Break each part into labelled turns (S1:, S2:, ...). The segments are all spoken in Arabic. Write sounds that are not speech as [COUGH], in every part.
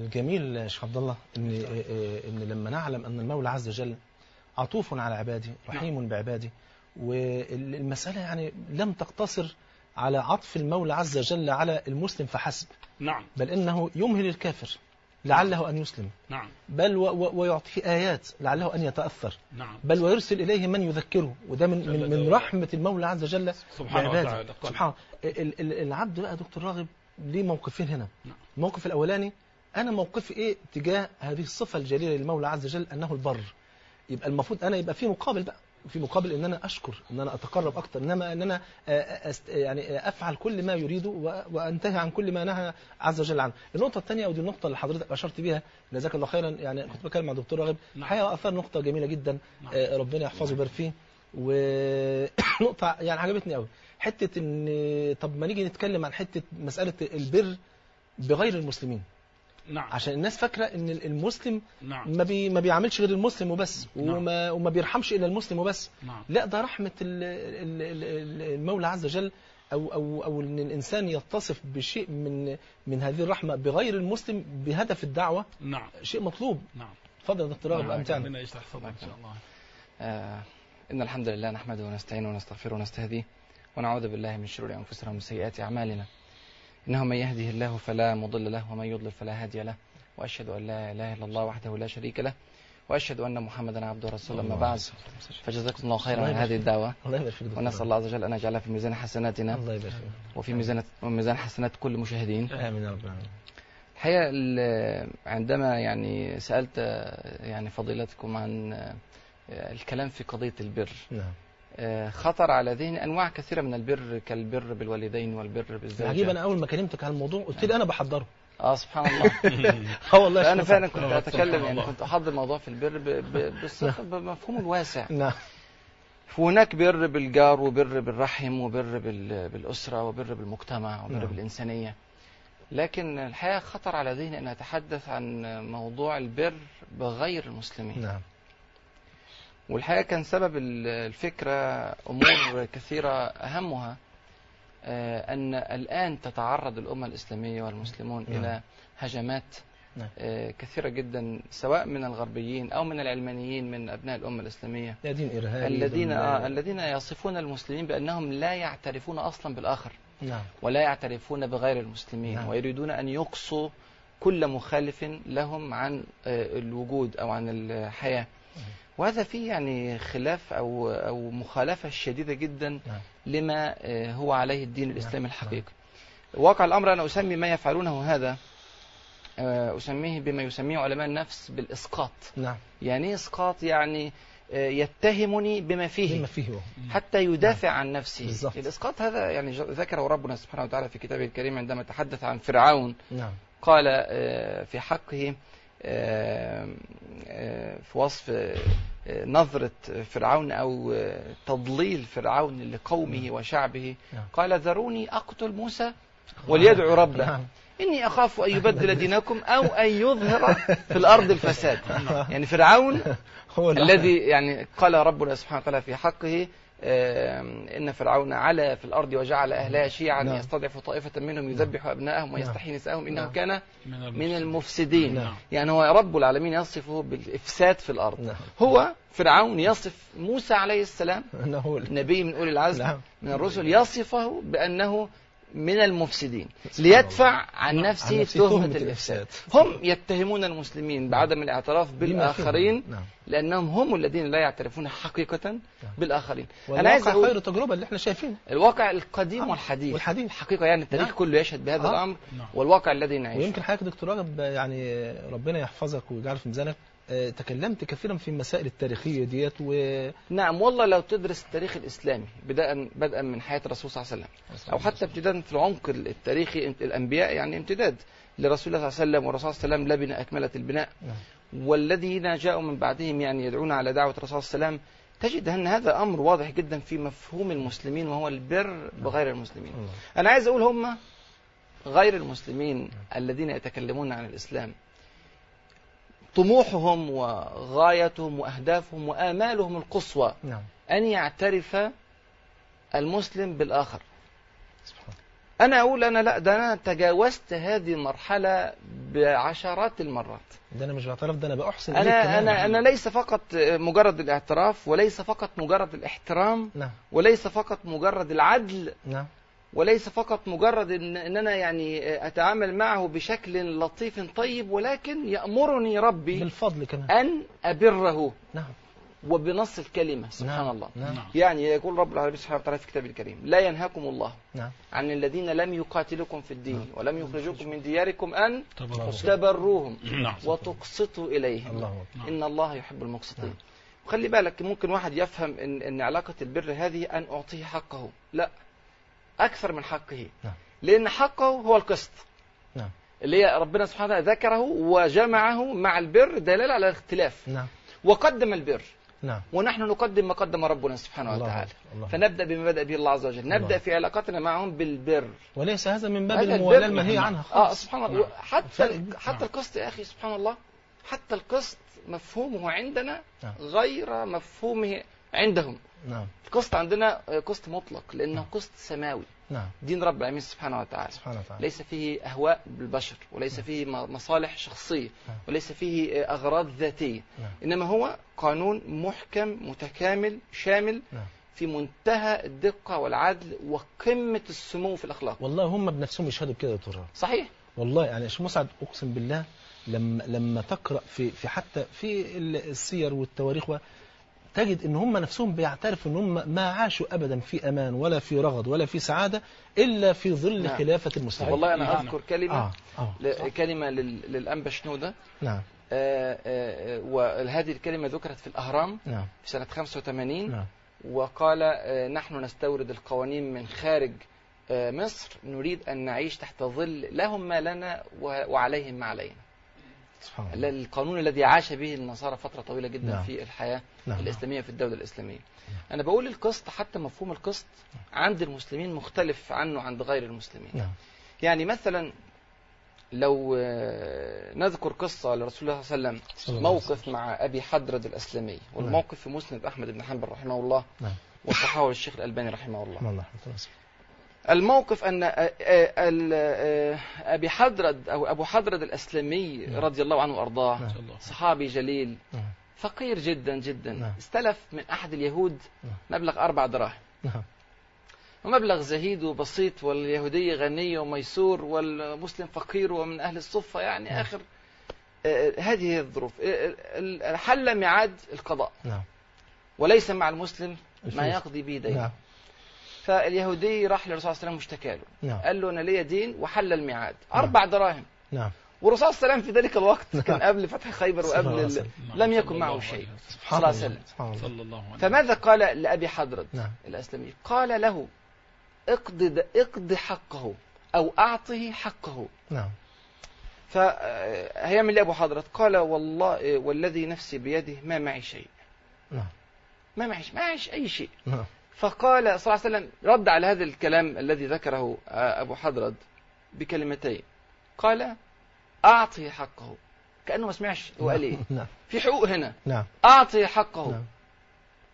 S1: الجميل يا شيخ عبد الله ان ان لما نعلم ان المولى عز وجل عطوف على عباده رحيم بعباده والمساله يعني لم تقتصر على عطف المولى عز وجل على المسلم فحسب
S2: نعم
S1: بل انه يمهل الكافر لعله ان يسلم
S2: نعم
S1: بل و و ويعطيه ايات لعله ان يتاثر
S2: نعم
S1: بل ويرسل اليه من يذكره وده من من, من رحمه المولى عز وجل
S2: سبحانه
S1: بعباده.
S2: وتعالى. قال.
S1: سبحان الله. ال- ال- العبد بقى دكتور راغب ليه موقفين هنا
S2: نعم.
S1: الموقف الاولاني انا موقفي ايه تجاه هذه الصفه الجليله للمولى عز وجل انه البر يبقى المفروض انا يبقى في مقابل بقى في مقابل ان انا اشكر ان انا اتقرب اكتر انما ان انا آه، أست يعني افعل كل ما يريده و- وانتهي عن كل ما نهى عز وجل عنه. النقطه الثانيه ودي النقطه اللي حضرتك اشرت بيها جزاك الله خيرا يعني كنت بتكلم مع دكتور راغب
S2: نعم.
S1: الحقيقه اثار نقطه جميله جدا
S2: نعم.
S1: آه، ربنا يحفظه ويبارك فيه [COUGHS] ونقطه يعني عجبتني قوي حته ان طب ما نيجي نتكلم عن حته مساله البر بغير المسلمين
S2: نعم
S1: عشان الناس فاكره ان المسلم
S2: نعم
S1: ما بي ما بيعملش غير المسلم وبس
S2: نعم.
S1: وما وما بيرحمش الا المسلم وبس
S2: نعم
S1: لا ده رحمه ال- ال- ال- المولى عز وجل او او او ان الانسان يتصف بشيء من من هذه الرحمه بغير المسلم بهدف الدعوه
S2: نعم
S1: شيء مطلوب
S2: نعم
S1: اتفضل يا دكتور راغب امتعنا
S2: ربنا يشرح صدرك ان شاء الله
S3: آه، إن الحمد لله نحمده ونستعينه ونستغفره ونستهديه ونعوذ بالله من شرور أنفسنا ومن سيئات أعمالنا إنه من يهده الله فلا مضل له ومن يضلل فلا هادي له وأشهد أن لا إله إلا الله وحده لا شريك له وأشهد أن محمدا عبده ورسوله أما بعد فجزاكم الله خيرا
S1: الله
S3: على هذه
S1: يبارك
S3: الدعوة
S1: الله يبارك فيك دكتور
S3: ونسأل
S1: راغب.
S3: الله عز وجل أن يجعلها في ميزان حسناتنا
S1: الله يبارك فيك
S3: وفي ميزان ميزان حسنات كل مشاهدين
S1: امين يا رب العالمين
S3: الحقيقة ال- عندما يعني سألت آه، يعني فضيلتكم عن آه، الكلام في قضية البر
S1: نعم
S3: آه، خطر على ذهني انواع كثيره من البر كالبر بالوالدين والبر بالزوجه
S1: عجيب انا اول ما كلمتك على الموضوع قلت لي انا بحضره [LAUGHS]
S3: اه سبحان الله
S1: اه والله يا شيخ
S3: انا فعلا
S1: حسن.
S3: كنت
S2: سبحان
S3: اتكلم يعني
S2: الله.
S3: كنت احضر موضوع في البر ب- ب- بالصفه بمفهوم الواسع
S1: نعم
S3: هناك بر بالجار وبر بالرحم وبر بال- بالاسره وبر بالمجتمع وبر
S1: نعم.
S3: بالانسانيه لكن الحقيقه خطر على ذهني ان اتحدث عن موضوع البر بغير المسلمين
S1: نعم
S3: والحقيقة كان سبب ال- الفكرة أمور كثيرة أهمها آه، أن الآن تتعرض الأمة الإسلامية والمسلمون
S1: نعم.
S3: إلى هجمات
S1: نعم.
S3: آه، كثيرة جدا سواء من الغربيين أو من العلمانيين من أبناء الأمة الإسلامية
S1: يا دين ارهابي
S3: الذين
S1: بال-
S3: آه، الذين يصفون المسلمين بأنهم لا يعترفون أصلا بالآخر
S1: نعم
S3: ولا يعترفون بغير المسلمين
S1: نعم.
S3: ويريدون أن يقصوا كل مخالف لهم عن آه، الوجود أو عن الحياة
S1: نعم.
S3: وهذا فيه يعني خلاف أو أو مخالفة شديدة جدا
S1: نعم.
S3: لما آه، هو عليه الدين
S1: نعم.
S3: الإسلامي الحقيقي واقع الأمر أنا أسمي ما يفعلونه هذا آه، أسميه بما يسميه علماء النفس بالإسقاط
S1: نعم
S3: يعني إيه إسقاط يعني آه، يتهمني بما فيه
S1: بما فيه هو
S3: حتى يدافع عن نفسه
S1: بالظبط.
S3: الإسقاط هذا يعني ج- ذكره ربنا سبحانه وتعالى في كتابه الكريم عندما تحدث عن فرعون
S1: نعم
S3: قال آه، في حقه آه، آه، في وصف آه، نظرة فرعون أو آه، تضليل فرعون لقومه وشعبه
S1: نعم.
S3: قال ذروني أقتل موسى وليدعو ربه
S1: نعم
S3: إني أخاف أن
S1: [LAUGHS]
S3: يبدل دينكم أو أن يظهر في الأرض الفساد يعني فرعون
S1: هو الأحد.
S3: الذي يعني قال ربنا سبحانه وتعالى في حقه آم، إن فرعون علا في الأرض وجعل أهلها شيعا
S1: نعم.
S3: يستضعف طائفة منهم يذبح أبنائهم ويستحيي نساءهم إنه
S1: نعم.
S3: كان من المفسدين
S1: نعم.
S3: يعني هو رب العالمين يصفه بالإفساد في الأرض
S1: نعم
S3: هو فرعون يصف موسى عليه السلام
S1: انه هو ال-
S3: نبي من أولي العزم
S1: نعم
S3: من الرسل يصفه بأنه من المفسدين
S1: سبحان الله. نعم.
S3: ليدفع عن نفسه تهمة الإفساد هم يتهمون المسلمين بعدم الاعتراف
S1: بما فيه.
S3: بالآخرين
S1: نعم
S3: لأنهم هم الذين لا يعترفون حقيقة بالآخرين
S1: انا عايز
S3: عايز أقول-
S1: خير التجربه اللي احنا شايفينه
S3: الواقع القديم
S1: آه،
S3: والحديث
S1: والحديث
S3: الحقيقة يعني التاريخ
S1: نعم.
S3: كله يشهد بهذا
S1: آه.
S3: الأمر
S2: نعم
S3: والواقع الذي نعيشه
S1: ويمكن حضرتك دكتور رجب يعني ربنا يحفظك ويجعل في ميزانك آه، تكلمت كثيرا في المسائل التاريخيه ديت و
S3: نعم والله لو تدرس التاريخ الإسلامي بدءا بدءا من حياة الرسول صلى الله عليه وسلم أو حتى ابتداء في العمق التاريخي الأنبياء يعني امتداد لرسول الله صلى الله عليه وسلم والرسول صلى الله عليه وسلم لبن أكملة البناء
S1: نعم.
S3: والذين جاءوا من بعدهم يعني يدعون على دعوة الرسول صلى الله عليه وسلم تجد أن هذا أمر واضح جدا في مفهوم المسلمين وهو البر بغير المسلمين
S1: الله.
S3: أنا عايز أقول هم غير المسلمين الذين يتكلمون عن الإسلام طموحهم وغايتهم وأهدافهم وآمالهم القصوى
S1: نعم
S3: أن يعترف المسلم بالآخر
S1: سبحان الله.
S3: أنا أقول أنا لا ده أنا تجاوزت هذه المرحلة بعشرات المرات
S1: ده انا مش بعترف ده انا باحسن إليك
S3: انا
S1: كمان.
S3: انا انا ليس فقط مجرد الاعتراف وليس فقط مجرد الاحترام
S1: نعم
S3: وليس فقط مجرد العدل
S1: نعم
S3: وليس فقط مجرد ان إن انا يعني اتعامل معه بشكل لطيف طيب ولكن يامرني ربي
S1: بالفضل كمان
S3: ان ابره
S1: نعم
S3: وبنص الكلمه سبحان
S1: نعم.
S3: الله
S1: نعم
S3: يعني يقول رب العالمين سبحانه وتعالى في كتابه الكريم لا ينهاكم الله
S1: نعم
S3: عن الذين لم يقاتلوكم في الدين ولم يخرجوكم من دياركم ان
S1: تبرأوا.
S3: تبروهم
S2: نعم
S3: وتقسطوا اليهم
S1: نعم. الله أكبر.
S3: ان الله يحب
S1: نعم.
S3: المقسطين وخلي بالك ممكن واحد يفهم ان ان علاقه البر هذه ان اعطيه حقه لا اكثر من حقه
S1: نعم.
S3: لان حقه هو القسط
S1: نعم.
S3: اللي هي ربنا سبحانه وتعالى ذكره وجمعه مع البر دلاله على الاختلاف
S1: نعم
S3: وقدم البر
S1: نعم
S3: ونحن نقدم ما قدم ربنا سبحانه
S1: الله
S3: وتعالى
S1: أكبر. الله أكبر.
S3: فنبدا بما بدا به الله عز وجل
S1: الله.
S3: نبدا في علاقتنا معهم بالبر
S1: وليس هذا من باب
S3: هذا
S1: الموالاه
S3: البر.
S1: المنهي عنها
S3: اه
S1: خالص
S3: سبحان
S2: نعم.
S3: الله حتى
S1: فرق.
S3: ال-
S2: نعم.
S3: حتى القسط يا اخي سبحان الله حتى القسط مفهومه عندنا
S1: نعم.
S3: غير مفهومه عندهم
S1: نعم
S3: القسط عندنا آه، قسط مطلق لانه
S1: نعم.
S3: قسط سماوي
S1: نعم
S3: دين رب العالمين سبحانه وتعالى
S1: سبحانه وتعالى
S3: ليس فيه اهواء بالبشر وليس فيه م- مصالح شخصيه
S1: نعم.
S3: وليس فيه آه، اغراض ذاتيه
S1: نعم.
S3: انما هو قانون محكم متكامل شامل
S1: نعم.
S3: في منتهى الدقه والعدل وقمه السمو في الاخلاق
S1: والله هم بنفسهم يشهدوا بكده يا دكتور
S3: صحيح
S1: والله يعني يا شيخ مسعد اقسم بالله لما لما تقرا في في حتى في ال- السير والتواريخ و- تجد ان هم نفسهم بيعترفوا ان هم ما عاشوا ابدا في امان ولا في رغد ولا في سعاده الا في ظل
S3: نعم.
S1: خلافه المسلمين
S3: والله انا
S2: نعم.
S3: اذكر كلمه
S1: اه اه
S3: ل- كلمة لل- للأنبا شنودة
S1: نعم
S3: آه، آه، آه، وهذه الكلمة ذكرت في الأهرام
S1: نعم
S3: في سنة 85
S1: نعم
S3: وقال آه، نحن نستورد القوانين من خارج آه، مصر نريد أن نعيش تحت ظل لهم ما لنا و- وعليهم ما علينا
S1: سبحان
S3: ال-
S1: الله
S3: القانون الذي عاش به النصارى فترة طويلة جدا
S1: نعم.
S3: في الحياة
S1: نعم
S3: الإسلامية في الدولة الإسلامية أنا بقول القسط حتى مفهوم القسط عند المسلمين مختلف عنه عند غير المسلمين
S1: نعم
S3: يعني مثلا لو آه، نذكر قصة لرسول الله صلى الله عليه
S1: صلى
S3: وسلم
S1: الله عليه
S3: موقف مع أبي حدرد الأسلمي والموقف في مسند أحمد بن حنبل رحمه الله
S1: نعم.
S3: وصححه الشيخ الألباني رحمه الله
S1: الله رحمه الله وسلم.
S3: الموقف أن آه، آه، ال- آه، أبي حدرد أو أبو حدرد الأسلمي
S1: نعم.
S3: رضي الله عنه وأرضاه
S1: نعم.
S3: صحابي جليل
S1: نعم
S3: فقير جدا جدا
S1: نعم.
S3: استلف من أحد اليهود
S1: نعم.
S3: مبلغ أربع دراهم
S1: نعم
S3: ومبلغ زهيد وبسيط واليهودي غني وميسور والمسلم فقير ومن أهل الصفة يعني
S1: نعم.
S3: آخر آه، هذه هي الظروف آه، آه، حل ميعاد القضاء
S1: نعم
S3: وليس مع المسلم ما
S1: الفلوس.
S3: يقضي به دينه
S1: نعم
S3: فاليهودي راح للرسول صلى الله عليه وسلم واشتكى له
S1: نعم
S3: قال له أنا ليا دين وحل الميعاد
S1: نعم.
S3: أربع دراهم
S1: نعم
S3: والرسول صلى الله عليه وسلم في ذلك الوقت
S1: نعم.
S3: كان قبل فتح خيبر
S1: صلى الله
S3: وقبل
S1: عليه
S3: ال-
S1: وسلم.
S3: لم
S2: نعم، صلى
S3: يكن معه
S2: الله
S3: شيء.
S2: عليه
S1: سبحان
S2: وسلم.
S3: الله
S1: الله
S3: وسلم.
S1: سبحان الله
S2: صلى الله عليه وسلم.
S3: فماذا قال لأبي حضرة
S1: نعم
S3: الأسلمي قال له اقض اقض حقه أو أعطه حقه
S1: نعم
S3: فهيعمل ايه ابو حضرت قال والله والذي نفسي بيده ما معي شيء
S1: نعم
S3: ما معيش ما معيش اي شيء
S1: نعم
S3: فقال صلى الله عليه وسلم رد على هذا الكلام الذي ذكره آه، ابو حضرت بكلمتين قال اعطه حقه كانه ما سمعش هو قال ايه
S1: نعم
S3: في حقوق هنا
S1: نعم
S3: اعطه حقه
S1: نعم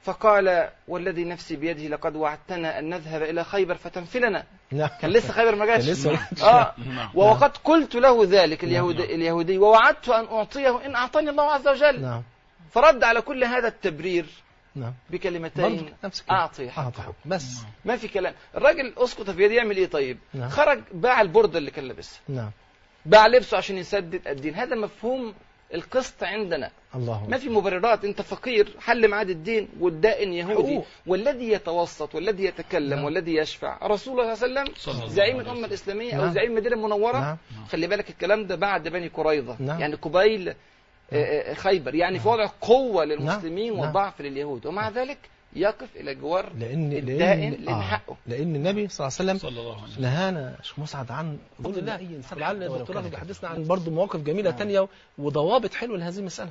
S3: فقال والذي نفسي بيده لقد وعدتنا ان نذهب الى خيبر فتنفلنا
S1: نعم
S3: كان لسه خيبر ما جاش
S1: كان لسه ما
S3: اه
S2: نعم
S3: وقد قلت له ذلك
S1: نعم.
S3: اليهودي, اليهودي ووعدت أن أعطيه إن أعطاني الله عز وجل
S1: نعم
S3: فرد على كل هذا التبرير
S1: نعم
S3: بكلمتين
S1: برضه نفس الكلام
S3: أعطي
S1: أعطى
S3: حقه
S1: حقه. بس
S2: نعم.
S3: ما في كلام الراجل أسقط في يدي يعمل إيه طيب
S1: نعم.
S3: خرج باع البردة اللي كان لابسها
S1: نعم
S3: باع لبسه عشان يسدد الدين هذا مفهوم القسط عندنا
S1: الله
S3: ما في مبررات انت فقير حل معاد الدين والدائن يهودي
S1: حقوق.
S3: والذي يتوسط والذي يتكلم
S1: نعم.
S3: والذي يشفع رسول الله صلى الله عليه
S2: صلى الله
S3: وسلم
S2: عليه
S3: زعيم
S2: وسلم.
S3: الامه الاسلاميه او
S1: نعم.
S3: زعيم المدينه المنوره
S1: نعم
S3: خلي بالك الكلام ده بعد بني قريظة
S1: نعم.
S3: يعني قبيل آه، آه، خيبر يعني في وضع قوة للمسلمين
S1: نعم.
S3: وضعف لليهود ومع ذلك يقف إلى جوار
S1: لأن
S3: الدائن
S1: لأن
S3: لأن
S1: آه.
S3: حقه
S1: لأن النبي صلى الله عليه وسلم
S2: صلى الله عليه وسلم
S1: نهانا شيخ مسعد عن
S4: فضل الله.
S1: لعل
S4: ولو
S1: الدكتور
S4: كان
S1: رافض
S4: كافراً.
S1: يحدثنا عن برضه مواقف جميلة
S3: نعم.
S1: تانية وضوابط حلوة لهذه المسألة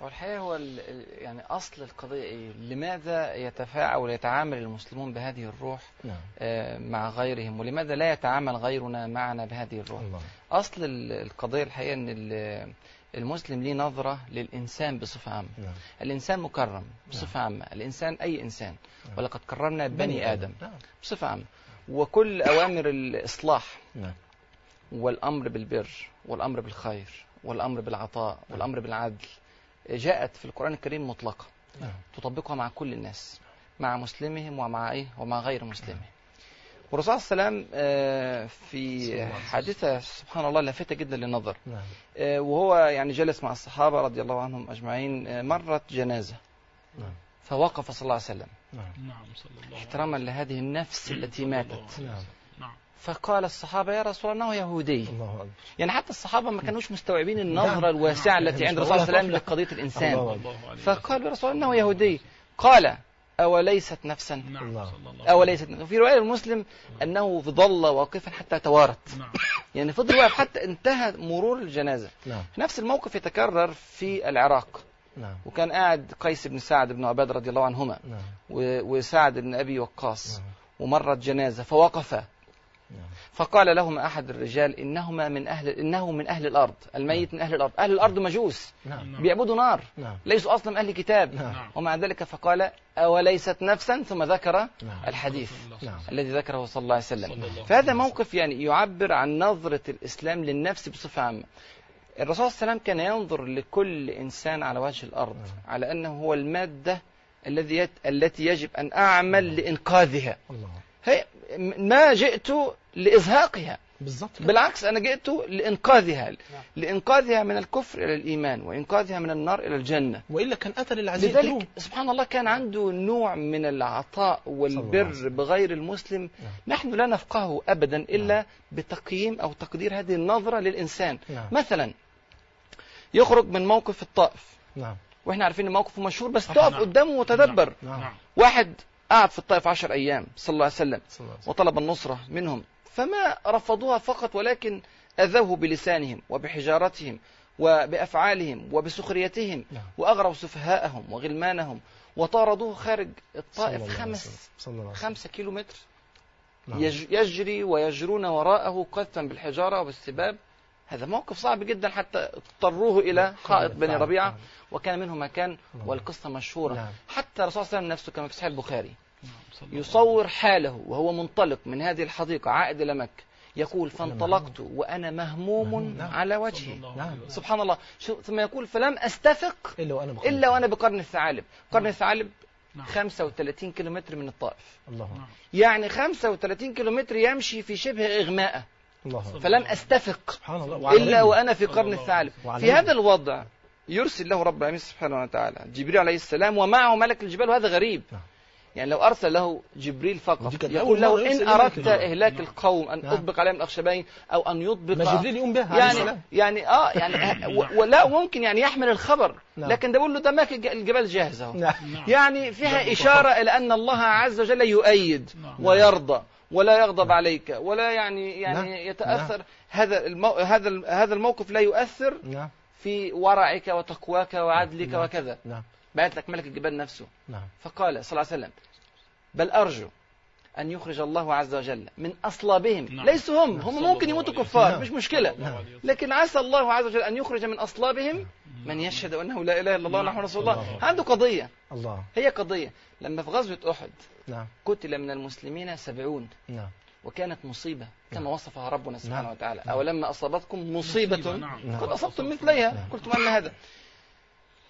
S3: والحقيقة هو ال- ال- يعني أصل القضية إيه؟ لماذا يتفاعل ويتعامل المسلمون بهذه الروح
S1: نعم
S3: آه، مع غيرهم ولماذا لا يتعامل غيرنا معنا بهذه الروح
S1: الله
S3: أصل ال- القضية الحقيقة أن ال- المسلم ليه نظرة للإنسان بصفة عامة
S1: نعم
S3: الإنسان مكرم بصفة عامة الإنسان أي إنسان
S1: نعم.
S3: ولقد كرمنا بني آدم
S1: نعم
S3: بصفة عامة وكل أوامر الإصلاح
S1: نعم
S3: والأمر بالبر والأمر بالخير والأمر بالعطاء والأمر بالعدل جاءت في القرآن الكريم مطلقة
S1: نعم.
S3: تطبقها مع كل الناس مع مسلمهم ومع إيه ومع غير مسلمهم والرسول صلى الله عليه وسلم آه، في حادثة سبحان الله لافتة جدا للنظر
S1: نعم
S3: آه، وهو يعني جلس مع الصحابة رضي الله عنهم أجمعين آه، مرت جنازة
S1: نعم.
S3: فوقف صلى الله عليه وسلم
S1: نعم
S2: نعم صلى الله عليه
S3: احتراما لهذه النفس التي ماتت
S1: نعم
S2: نعم
S3: فقال الصحابة يا رسول الله إنه يهودي
S1: الله أكبر
S3: يعني حتى الصحابة ما كانوش مستوعبين
S1: نعم.
S3: النظرة الواسعة التي عند الرسول صلى الله عليه وسلم
S1: الله.
S3: لقضية الإنسان
S1: الله.
S2: الله عليه
S3: فقال يا رسول الله إنه يهودي قال أوليست نفسا
S2: وسلم. نعم
S1: الله.
S2: صلى الله عليه
S3: أوليست نفسا وفي رواية المسلم أنه ظل واقفا حتى توارت
S2: وسلم. نعم
S3: يعني فضل واقف حتى انتهى مرور الجنازة
S1: نعم
S3: نفس الموقف يتكرر في العراق
S1: نعم
S3: وكان قاعد قيس بن سعد بن عباد رضي الله عنهما
S1: نعم
S3: و- وسعد بن أبي وقاص
S1: نعم.
S3: ومرت جنازة فوقفا
S1: نعم.
S3: فقال لهما أحد الرجال إنهما من أهل إنه من أهل الأرض الميت من أهل الأرض أهل الأرض مجوس
S1: نعم
S3: بيعبدوا نار
S1: نعم
S3: ليسوا أصلا من أهل كتاب
S1: نعم
S2: نعم
S3: ومع ذلك فقال أوليست نفسا ثم ذكر
S1: نعم
S3: الحديث
S1: نعم
S3: الذي ذكره صلى الله عليه
S2: صلى
S3: وسلم
S2: الله عليه
S3: فهذا
S2: وسلم.
S3: موقف يعني يعبر عن نظرة الإسلام للنفس بصفة عامة الرسول صلى الله عليه وسلم كان ينظر لكل إنسان على وجه الأرض
S2: نعم.
S3: على أنه هو المادة الذي يت... التي يجب أن أعمل لإنقاذها
S1: الله
S3: هي ما جئت لإزهاقها
S1: بالظبط
S3: بالعكس أنا جئت لإنقاذها
S1: نعم.
S3: لإنقاذها من الكفر إلى الإيمان وإنقاذها من النار إلى الجنة
S1: والا كان قتل العزيز
S3: لذلك سبحان الله كان عنده نوع من العطاء
S1: صلى الله عليه
S3: والبر
S1: وسلم.
S3: بغير المسلم
S1: نعم.
S3: نحن لا نفقهه أبدا إلا بتقييم أو تقدير هذه النظرة للإنسان
S1: نعم
S3: مثلا يخرج من موقف الطائف
S1: نعم
S3: وإحنا عارفين إن موقفه مشهور بس
S2: طبعاً.
S3: تقف قدامه وتدبر
S1: نعم
S2: نعم
S3: واحد قعد في الطائف عشر أيام صلى الله عليه وسلم
S1: صلى الله عليه وسلم.
S3: وطلب النصرة منهم فما رفضوها فقط ولكن أذوه بلسانهم وبحجارتهم وبأفعالهم وبسخريتهم
S1: نعم.
S3: وأغروا سفهاءهم وغلمانهم وطاردوه خارج
S1: صلى
S3: الطائف
S1: الله عليه
S3: خمس
S1: وسلم. صلى الله عليه وسلم.
S3: خمسة كيلو متر
S1: نعم.
S3: يج- يجري ويجرون وراءه قذفا بالحجارة والسباب هذا موقف صعب جدا حتى اضطروه إلى حائط بني
S1: نعم.
S3: ربيعة
S1: نعم.
S3: وكان منه مكان
S1: نعم.
S3: والقصة مشهورة
S1: نعم.
S3: حتى الرسول صلى الله عليه وسلم نفسه كما في صحيح البخاري
S2: نعم صلى الله
S3: يصور حاله وهو منطلق من هذه الحديقة عائد إلى مكة يقول فانطلقت وأنا مهموم
S1: نعم.
S3: على
S2: صلى
S3: وجهي
S2: الله عليه
S1: نعم.
S2: وسلم.
S3: سبحان الله شو- ثم يقول فلم أستفق
S1: الا وانا بقول
S3: إلا وأنا بقرن الثعالب قرن الثعالب
S2: نعم.
S3: 35 كيلومتر من الطائف
S1: الله
S2: نعم.
S3: يعني 35 كيلومتر يمشي في شبه إغماء
S1: الله
S3: فلم أستفق
S1: سبحان الله وعلى
S3: إلا
S1: رجله.
S3: وأنا في
S2: صلى
S3: قرن
S2: الله
S3: الثعالب
S2: عليه
S1: وعلى
S3: في
S1: رجله.
S3: هذا الوضع يرسل له رب العالمين سبحانه وتعالى جبريل عليه السلام ومعه ملك الجبال وهذا غريب
S1: نعم.
S3: يعني لو أرسل له جبريل
S1: ودي
S3: فقط
S1: كانت
S3: يقول
S1: أول مرة
S3: له
S1: يرسل
S3: إن
S1: إليه ملك
S3: أردت
S1: الجبال.
S3: إهلاك
S2: نعم.
S3: القوم أن
S1: نعم.
S3: أطبق عليهم الأخشبين أو أن يطبق
S1: ما جبريل يقوم بها عليه
S3: يعني
S1: السلام
S3: يعني اه
S1: [COUGHS]
S3: يعني و- ولا ممكن يعني يحمل الخبر
S1: نعم.
S3: لكن ده بقول له ده ماك الج- الجبال جاهزه اهو
S1: نعم
S2: نعم.
S3: يعني فيها إشارة إلى أن الله عز وجل يؤيد
S2: نعم.
S3: ويرضى ولا يغضب عليك ولا يعني يعني
S1: نعم.
S3: يتأثر هذا المو... هذا الم- هذا الموقف لا يؤثر
S1: نعم
S3: في ورعك وتقواك وعدلك
S1: نعم.
S3: وكذا
S1: نعم
S3: بعت لك ملك الجبال نفسه
S1: نعم
S3: فقال صلى الله عليه وسلم بل أرجو أن يخرج الله عز وجل من أصلابهم
S2: نعم.
S3: ليسوا هم هم
S2: صلى
S3: ممكن
S2: الله
S3: يموتوا
S2: عليه
S3: كفار
S1: وسلم.
S3: مش مشكلة
S2: صلى الله عليه وسلم.
S3: لكن عسى الله عز وجل أن يخرج من أصلابهم من يشهد أنه لا إله إلا الله
S2: نعم.
S3: ونحن رسول
S1: الله
S3: الله
S1: أكبر.
S3: عنده قضية
S1: الله
S3: هي قضية لما في غزوة أحد
S1: نعم
S3: قتل من المسلمين سبعون
S1: نعم
S3: وكانت مصيبة كما
S1: نعم.
S3: وصفها ربنا سبحانه
S1: نعم.
S3: وتعالى
S1: نعم.
S3: أو لما أصابتكم مصيبة
S2: نعم.
S1: نعم.
S3: قد
S2: قد
S3: أصبتم مثليها
S1: نعم.
S3: قلتم أن هذا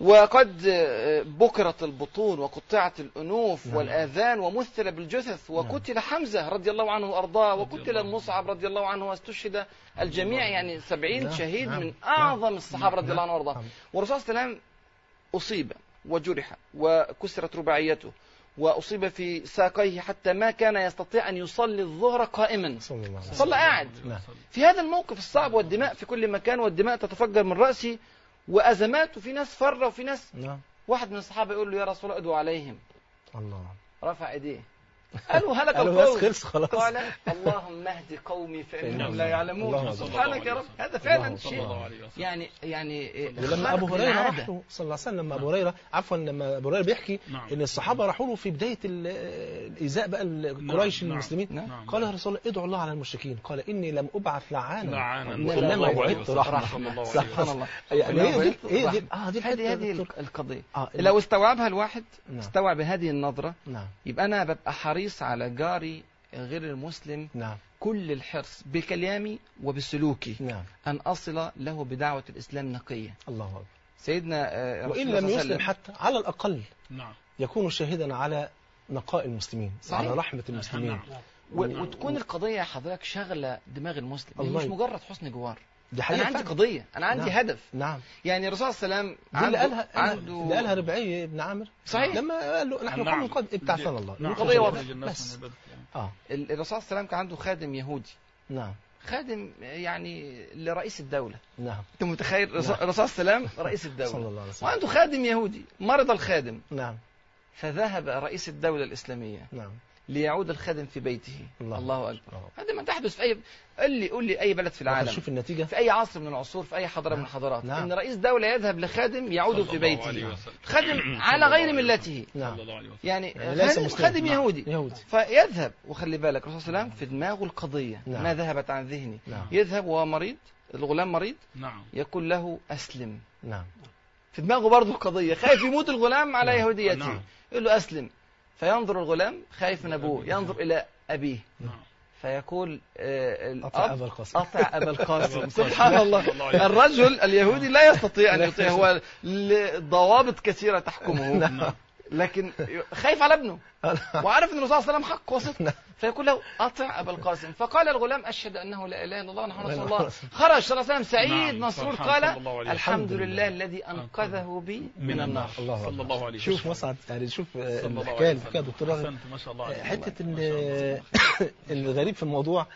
S3: وقد آه، بكرت البطون وقطعت الأنوف
S1: نعم.
S3: والآذان ومثل بالجثث وقتل حمزة رضي الله عنه وأرضاه
S2: رضي الله
S3: وقتل
S2: عنه.
S3: مصعب رضي الله عنه واستشهد الجميع يعني سبعين
S1: نعم.
S3: شهيد
S1: نعم.
S3: من
S1: نعم.
S3: أعظم الصحابة رضي الله عنهم وأرضاه
S1: نعم.
S3: والرسول صلى الله عليه وسلم أصيب وجرح وكسرت رباعيته وأصيب في ساقيه حتى ما كان يستطيع أن يصلي الظهر قائما
S1: صلى الله عليه
S3: صلى
S1: وسلم
S3: قاعد.
S1: نعم.
S3: في هذا الموقف الصعب والدماء في كل مكان والدماء تتفجر من رأسه وأزمات وفي ناس فرة وفي ناس
S1: نعم
S3: واحد من الصحابة يقول له يا رسول الله ادعو عليهم
S1: الله
S3: رفع ايديه قالوا هلك
S1: قالوا بس
S3: القوم
S1: خلص خلاص
S3: قال اللهم اهد قومي فإنهم
S1: فإنهم
S3: لا
S1: لا
S3: يعلمون
S1: يعلمون.
S3: سبحانك يا رب هذا فعلا
S1: الله
S2: صلى
S3: شيء
S2: الله عليه وسلم
S3: يعني يعني
S1: ولما
S3: خارق
S1: ابو هريره
S3: للعادة.
S1: راح له صلى الله عليه وسلم لما ابو هريره عفوا لما ابو هريره بيحكي
S2: نعم.
S1: ان الصحابه راحوا له في بدايه ال- الايذاء بقى ال-
S2: نعم.
S1: قريش
S2: نعم.
S1: المسلمين
S3: نعم.
S2: نعم.
S1: قال يا رسول الله ادعوا الله على المشركين قال اني لم ابعث لعانا
S2: لعانا
S1: وإنما
S2: صلى الله عليه
S1: وعدت
S2: وسلم.
S1: رحمة.
S2: صلى الله عليه وسلم.
S3: سبحان الله
S1: يعني
S3: وإنما
S1: هي دي
S3: وعدت
S1: هي دي
S3: رحمة.
S1: اه دي
S3: هذه
S1: الحتة
S3: هذه
S1: دكتور.
S3: الق- القضية
S1: اه
S3: لو استوعبها الواحد
S1: نعم
S3: استوعب هذه النظرة
S1: نعم
S3: يبقى أنا ببقى حريص على جاري غير المسلم
S1: نعم
S3: كل الحرص بكلامي وبسلوكي
S1: نعم
S3: أن أصل له بدعوة الإسلام نقية
S1: الله أكبر
S3: سيدنا آه، رسول
S1: وإن
S3: الله صلى
S1: لم
S3: الله عليه
S1: يسلم
S3: وسلم
S1: حتى على الأقل
S2: نعم
S1: يكون شاهدا على نقاء المسلمين
S3: صحيح.
S1: على رحمة المسلمين
S2: نعم.
S3: و- وتكون القضية حضرتك شغلة دماغ المسلم هي
S1: الله
S3: مش
S1: يبارك.
S3: مجرد حسن جوار
S1: دي
S3: أنا
S1: حقيقة
S3: عندي
S1: فعلا.
S3: قضية أنا عندي
S1: نعم.
S3: هدف
S1: نعم
S3: يعني الرسول صلى الله عليه وسلم
S1: دي اللي
S3: عنده,
S1: قالها
S3: عنده
S1: اللي قالها ربعي ابن عامر
S3: صحيح
S1: لما قال له نحن
S2: نعم.
S1: كل قد ابتعثنا الله
S2: نعم.
S3: القضية واضحة.
S2: للناس
S1: بس.
S2: من البدء يعني.
S1: اه
S3: ال- الرسول صلى الله عليه وسلم كان عنده خادم يهودي
S1: نعم
S3: خادم يعني لرئيس الدولة
S1: نعم
S3: أنت متخيل الرسول
S1: نعم.
S3: الرسول صلى الله عليه وسلم رئيس
S1: صلى
S3: الدولة
S1: الله عليه وسلم
S3: وعنده خادم يهودي مرض الخادم
S1: نعم
S3: فذهب رئيس الدولة الإسلامية
S1: نعم
S3: ليعود الخادم في بيته
S1: الله.
S3: الله, الله أكبر
S1: آه.
S3: هذا ما تحدث في أي قل لي قل لي أي بلد في العالم
S1: شوف النتيجة
S3: في اي عصر من العصور في اي حضاره من
S1: نعم.
S3: الحضارات
S1: نعم.
S3: ان رئيس دوله يذهب لخادم يعود
S2: صلى
S3: في
S2: الله عليه
S3: بيته
S2: وسلم.
S3: خادم على غير ملته
S1: نعم
S2: صلى الله عليه وسلم
S3: يعني
S1: يعني ليس
S3: خادم,
S1: مسلم.
S3: خادم
S1: نعم.
S3: يهودي
S1: يهودي
S3: فيذهب وخلي بالك الرسول صلى الله عليه وسلم في دماغه القضيه
S1: نعم.
S3: ما ذهبت عن ذهني
S1: نعم
S3: يذهب وهو مريض الغلام مريض
S2: نعم
S3: يقول له اسلم
S1: نعم
S3: في دماغه برضه القضيه
S1: [LAUGHS]
S3: خايف يموت الغلام على
S1: نعم.
S3: يهوديته
S2: نعم.
S3: يقول له اسلم فينظر الغلام خايف من ابوه ينظر الى ابيه
S2: نعم
S3: فيقول آه،
S1: قطع
S3: الاب
S1: أبا القاسم
S3: قطع ابا القاسم سبحان
S2: صلى
S3: الله
S2: عليه وسلم.
S3: الرجل اليهودي لا يستطيع ان
S1: لا.
S3: يطيع هو ل- ضوابط كثيره تحكمه
S2: نعم
S3: لكن خايف على ابنه وعارف ان الرسول صلى الله عليه وسلم حق وصدق فيقول له اطع ابا القاسم فقال الغلام اشهد انه لا اله الا الله ونحن رسول الله خرج صلى الله عليه وسلم سعيد
S2: نعم.
S3: مسرور
S2: سبحان
S3: قال
S2: الله عليه وسلم.
S3: الحمد لله الذي انقذه بي من النار
S1: الله
S2: صلى
S1: أكبر.
S2: الله عليه
S1: [LAUGHS]
S2: وسلم
S1: شوف مصعد يعني شوف آه،
S2: صلى الله
S1: الحكايه
S2: عليه
S1: اللي حكايه
S2: وسلم.
S1: دكتور رغد
S2: احسنت ما شاء الله عليك.
S1: حته
S2: ما شاء الله.
S1: ال- [COUGHS] الغريب في الموضوع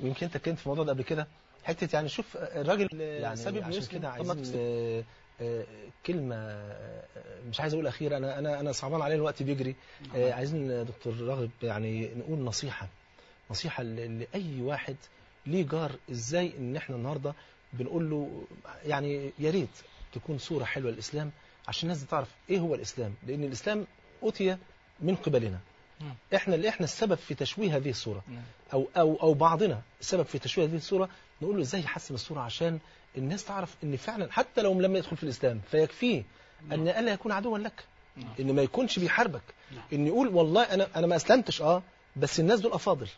S1: ويمكن انت اتكلمت في الموضوع ده قبل كده حته يعني شوف الراجل يعني سبب عشان كده عايزين آه، آه، كلمه آه، مش عايز اقول اخيره انا انا انا صعبان عليه الوقت بيجري آه، عايزين دكتور راغب يعني نقول نصيحه نصيحه ل- لاي واحد ليه جار ازاي ان احنا النهارده بنقول له يعني يا ريت تكون صوره حلوه للاسلام عشان الناس تعرف ايه هو الاسلام لان الاسلام اوتي من قبلنا
S3: نعم.
S1: احنا اللي احنا السبب في تشويه هذه الصوره
S3: نعم.
S1: او او او بعضنا السبب في تشويه هذه الصوره نقول له ازاي يحسن الصوره عشان الناس تعرف ان فعلا حتى لو لم يدخل في الاسلام فيكفيه ان الا يكون عدوا لك
S2: نعم.
S1: ان ما يكونش بيحاربك
S2: نعم.
S1: ان يقول والله انا انا ما اسلمتش اه بس الناس دول افاضل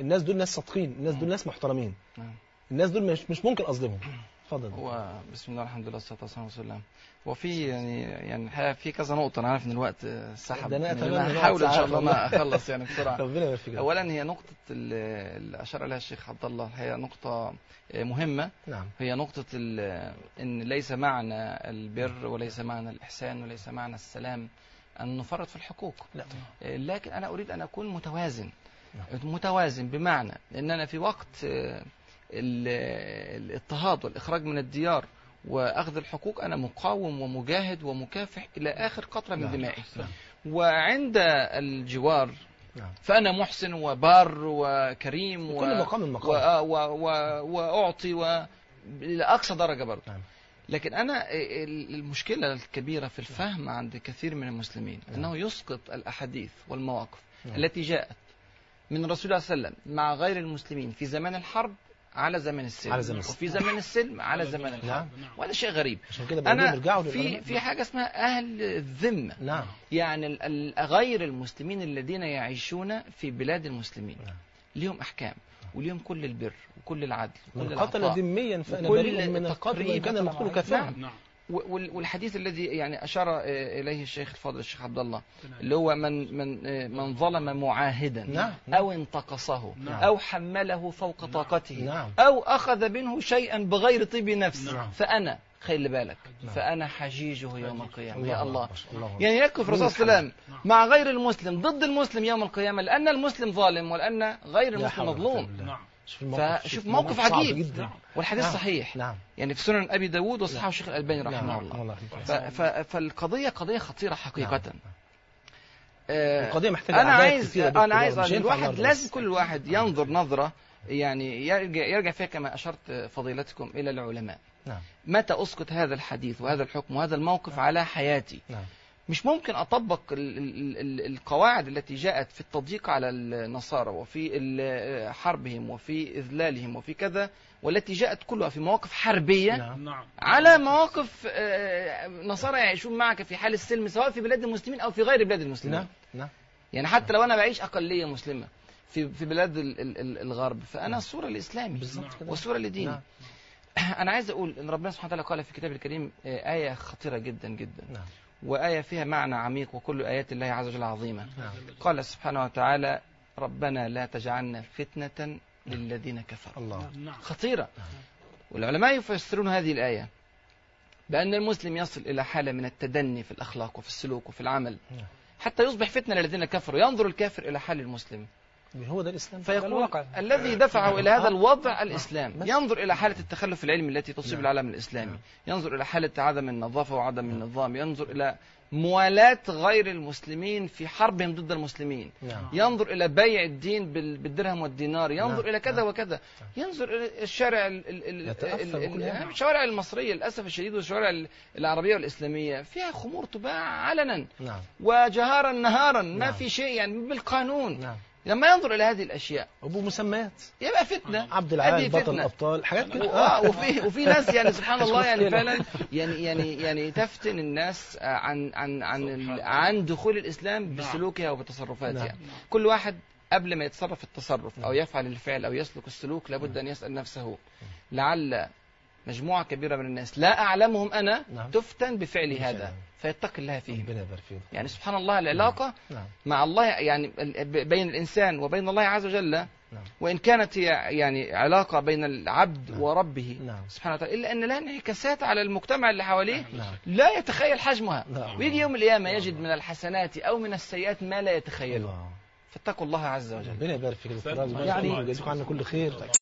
S1: الناس دول ناس صادقين الناس دول ناس محترمين
S3: نعم.
S1: الناس دول مش مش ممكن اظلمهم اتفضل
S3: هو بسم الله الحمد لله والصلاه والسلام على رسول الله هو في يعني يعني الحقيقه في كذا نقطه انا عارف ان الوقت آه، سحب
S1: ده أنا
S3: مننا.
S1: أتمنى إن الوقت
S3: هحاول ان شاء
S1: سحب
S3: الله ما اخلص يعني بسرعه
S1: ربنا يوفقك
S3: اولا هي نقطه ال- اللي اشار اليها الشيخ عبد الله الحقيقه نقطه آه، مهمه
S1: نعم
S3: هي نقطة ال- إن ليس معنى البر وليس معنى الإحسان وليس معنى السلام أن نفرط في الحقوق
S1: لا
S3: لكن أنا أريد أن أكون متوازن
S1: نعم.
S3: متوازن بمعنى أن أنا في وقت آه، ال- الاضطهاد والإخراج من الديار وأخذ الحقوق أنا مقاوم ومجاهد ومكافح إلى آخر قطرة من
S1: نعم.
S3: دمائي
S1: نعم.
S3: وعند الجوار
S1: نعم.
S3: فأنا محسن وبار وكريم
S1: كل مقام
S3: و... آه،
S1: مقام
S3: و... و... واعطي و... الى اقصى درجه برضه
S1: نعم.
S3: لكن انا ال- المشكله الكبيره في الفهم عند كثير من المسلمين
S1: نعم.
S3: انه يسقط الاحاديث والمواقف
S1: نعم.
S3: التي جاءت من الرسول صلى الله عليه وسلم مع غير المسلمين في زمان الحرب على زمن السلم
S1: على زمن السلم.
S3: وفي زمن السلم على زمن الحرب
S2: نعم.
S3: وهذا شيء غريب
S1: عشان كده بنقول
S3: انا
S1: ارجعوا
S3: في
S1: نعم. للعلماء.
S3: في حاجه اسمها اهل الذمه
S1: نعم
S3: يعني ال- ال- غير المسلمين الذين يعيشون في بلاد المسلمين
S1: نعم.
S3: ليهم احكام وليهم كل البر وكل العدل وكل
S1: من نعم. قتل
S3: العطاء
S1: ذميا فانا
S3: وكل
S1: بريء من القتل وان
S3: تقريب
S1: كان المقتول
S3: طبعاً.
S1: كافرا
S3: نعم.
S2: نعم
S3: و- وال- والحديث الذي يعني اشار آه، اليه الشيخ الفاضل الشيخ عبد الله
S2: نعم.
S3: اللي هو من من آه، من ظلم معاهدا
S1: نعم.
S3: او انتقصه
S2: نعم.
S3: او حمله فوق
S2: نعم.
S3: طاقته
S1: نعم
S3: او اخذ منه شيئا بغير طيب نفس
S1: نعم.
S3: فانا خلي بالك
S1: نعم.
S3: فانا حجيجه يوم القيامه نعم. يا الله
S1: أكبر. الله أكبر.
S3: يعني يكفي
S1: نور
S3: الرسول صلى الله عليه وسلم
S1: نعم.
S3: مع غير المسلم ضد المسلم يوم القيامة لأن المسلم ظالم ولأن غير
S1: لا حول ولا
S3: المسلم
S1: قوة
S3: مظلوم
S1: إلا بالله.
S2: نعم
S1: شوف الموقف
S3: فشوف
S1: شوف
S3: موقف
S1: صعب
S3: عجيب.
S1: جدا
S2: نعم.
S3: والحديث
S1: نعم.
S3: صحيح
S1: نعم
S3: يعني في سنن أبي داود وصححه الشيخ الألباني رحمه
S1: نعم.
S3: الله
S1: الله
S3: ف-
S1: يحفظك.
S3: ف- فالقضية قضية خطيرة حقيقة
S1: نعم.
S3: آه،
S1: القضية محتاجة
S3: أنا
S1: أعداد
S3: عايز
S1: كتيرة دكتور،
S3: أنا عايز
S1: مش
S3: أن
S1: هينفع
S3: الواحد
S1: النهاردة
S3: لازم
S1: بس.
S3: كل واحد ينظر نظرة يعني يرجع يرجع فيها كما أشرت فضيلتكم إلى العلماء
S1: نعم
S3: متى أسقط هذا الحديث وهذا الحكم وهذا الموقف على حياتي
S1: نعم
S3: مش ممكن اطبق ال- ال- ال- القواعد التي جاءت في التضييق على النصارى وفي ال- حربهم وفي اذلالهم وفي كذا والتي جاءت كلها في مواقف حربيه
S1: نعم
S2: نعم
S3: على مواقف آه، نصارى يعيشون معك في حال السلم سواء في بلاد المسلمين او في غير بلاد المسلمين
S1: نعم نعم
S3: يعني حتى لو انا بعيش اقليه مسلمه في في بلاد ال- ال- ال- الغرب فانا الصوره الاسلامي
S1: نعم. بالظبط كده
S3: والصوره لديني [CLEARS THROAT]
S1: نعم.
S3: انا عايز اقول ان ربنا سبحانه وتعالى قال في الكتاب الكريم آه، ايه خطيره جدا جدا
S1: نعم
S3: وايه فيها معنى عميق وكل ايات الله عز وجل عظيمه
S1: نعم
S3: قال سبحانه وتعالى ربنا لا تجعلنا فتنه للذين كفروا
S1: الله
S2: نعم
S3: خطيره والعلماء يفسرون هذه الايه بان المسلم يصل الى حاله من التدني في الاخلاق وفي السلوك وفي العمل
S1: نعم.
S3: حتى يصبح فتنه للذين كفروا ينظر الكافر الى حال المسلم
S1: نعم. هو ده الاسلام
S3: فيقول
S4: الواقع.
S3: الذي دفعه الى هذا الوضع الاسلام
S1: آه، بس.
S3: ينظر الى حاله التخلف العلمي التي تصيب
S1: نعم.
S3: العالم
S1: نعم.
S3: الاسلامي ينظر الى حاله عدم النظافه وعدم النظام ينظر الى موالاه غير المسلمين في حربهم ضد المسلمين
S1: نعم
S3: ينظر الى بيع الدين بال- بالدرهم والدينار ينظر
S1: نعم.
S3: الى كذا
S1: نعم.
S3: وكذا ينظر الى الشارع ال- ال- ال-
S1: يتأثر
S3: ال- ال-
S1: بكل هذا.
S3: الشوارع المصريه للاسف الشديد والشوارع ال- العربيه والاسلاميه فيها خمور تباع علنا
S1: نعم
S3: وجهارا نهارا ما
S1: نعم.
S3: في شيء يعني بالقانون
S1: نعم
S3: لما ينظر الى هذه الاشياء
S1: ابو مسميات
S3: يبقى فتنه
S1: عبد العال
S3: هذه
S1: بطل
S3: فتنة.
S1: الابطال حاجات كده
S3: آه، وفي وفي ناس يعني سبحان الله يعني
S1: مشكلة.
S3: فعلا يعني يعني يعني تفتن الناس آه، عن عن عن
S2: سبحان
S3: ال-
S2: الله.
S3: عن دخول الاسلام
S2: نعم.
S3: بسلوكها وبتصرفاتها
S1: نعم.
S2: نعم.
S3: كل واحد قبل ما يتصرف التصرف او
S1: نعم.
S3: يفعل الفعل او يسلك السلوك لابد ان يسال نفسه لعل مجموعه كبيره من الناس لا اعلمهم انا
S1: نعم.
S3: تفتن بفعل
S1: بفعل. نعم.
S3: هذا فيتقي الله فيهم
S1: ربنا يبارك فيك
S3: يعني سبحان الله العلاقه
S1: نعم
S3: مع الله يعني ال- ب- بين الانسان وبين الله عز وجل
S1: نعم.
S3: وان كانت هي يعني علاقه بين العبد
S1: نعم.
S3: وربه
S1: نعم
S3: سبحانه وتعالى الا ان لها انعكاسات على المجتمع اللي حواليه
S1: نعم
S3: لا يتخيل حجمها
S1: نعم. أيوة.
S3: ويجي يوم القيامه يجد من الحسنات او من السيئات ما لا يتخيله
S1: الله
S3: فاتقوا الله عز وجل
S1: ربنا يبارك فيك يا دكتور
S2: أستاذ،
S1: راجل.
S2: ما شاء
S1: يعني
S2: الله.
S1: يجزيكم عنا كل خير